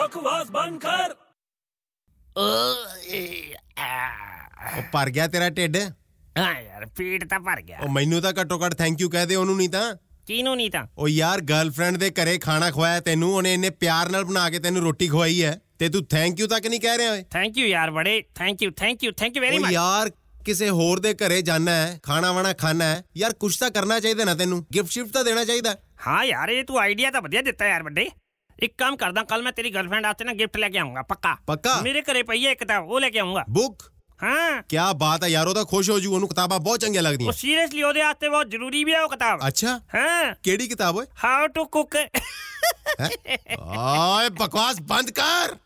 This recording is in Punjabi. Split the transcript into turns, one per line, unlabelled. बकवास बंद कर
ਉਹ ਭਰ ਗਿਆ ਤੇਰਾ ਢਿੱਡ
ਹਾਂ ਯਾਰ ਪੇਟ ਤਾਂ ਭਰ ਗਿਆ
ਉਹ ਮੈਨੂੰ ਤਾਂ ਘੱਟੋ ਘੱਟ ਥੈਂਕ ਯੂ ਕਹਿ ਦੇ ਉਹਨੂੰ ਨਹੀਂ ਤਾਂ
ਕਿਨੂੰ ਨਹੀਂ ਤਾਂ
ਉਹ ਯਾਰ ਗਰਲਫ੍ਰੈਂਡ ਦੇ ਘਰੇ ਖਾਣਾ ਖਵਾਇਆ ਤੈਨੂੰ ਉਹਨੇ ਇੰਨੇ ਪਿਆਰ ਨਾਲ ਬਣਾ ਕੇ ਤੈਨੂੰ ਰੋਟੀ ਖਵਾਈ ਹੈ ਤੇ ਤੂੰ ਥੈਂਕ ਯੂ ਤੱਕ ਨਹੀਂ ਕਹਿ ਰਿਹਾ ਓਏ
ਥੈਂਕ ਯੂ ਯਾਰ ਬੜੇ thank you thank you thank you very
ਉਹ
ਮਚ
ਯਾਰ ਕਿਸੇ ਹੋਰ ਦੇ ਘਰੇ ਜਾਣਾ ਹੈ ਖਾਣਾ ਵਾਣਾ ਖਾਣਾ ਹੈ ਯਾਰ ਕੁਛ ਤਾਂ ਕਰਨਾ ਚਾਹੀਦਾ ਨਾ ਤੈਨੂੰ ਗਿਫਟ ਸ਼ਿਫਟ ਤਾਂ ਦੇਣਾ ਚਾਹੀਦਾ
ਹਾਂ ਯਾਰ ਇਹ ਤੂੰ ਆਈਡੀਆ ਤਾਂ ਵਧੀਆ ਦਿੱਤਾ ਯਾਰ ਵੱਡੇ ਇੱਕ ਕੰਮ ਕਰਦਾ ਕੱਲ ਮੈਂ ਤੇਰੀ ਗਰਲਫ੍ਰੈਂਡ ਆਸਤੇ ਨਾ ਗਿਫਟ ਲੈ ਕੇ ਆਉਂਗਾ ਪੱਕਾ
ਪੱਕਾ
ਮੇਰੇ ਘਰੇ ਪਈ ਹੈ ਇੱਕ ਤਾਂ ਉਹ ਲੈ ਕੇ ਆਉਂਗਾ
ਬੁੱਕ
ਹਾਂ
ਕੀ ਬਾਤ ਹੈ ਯਾਰ ਉਹ ਤਾਂ ਖੁਸ਼ ਹੋ ਜੂ ਉਹਨੂੰ ਕਿਤਾਬਾਂ ਬਹੁਤ ਚੰਗੀਆਂ
ਉਹ
ਲੱਗਦੀਆਂ
ਸੀਰੀਅਸਲੀ ਉਹਦੇ ਆਸਤੇ ਬਹੁਤ ਜ਼ਰੂਰੀ ਵੀ ਹੈ ਉਹ ਕਿਤਾਬ
ਅੱਛਾ
ਹਾਂ
ਕਿਹੜੀ ਕਿਤਾਬ ਓਏ
ਹਾਊ ਟੂ ਕੁੱਕ
ਹੈਂ? ਓਏ ਬਕਵਾਸ ਬੰਦ ਕਰ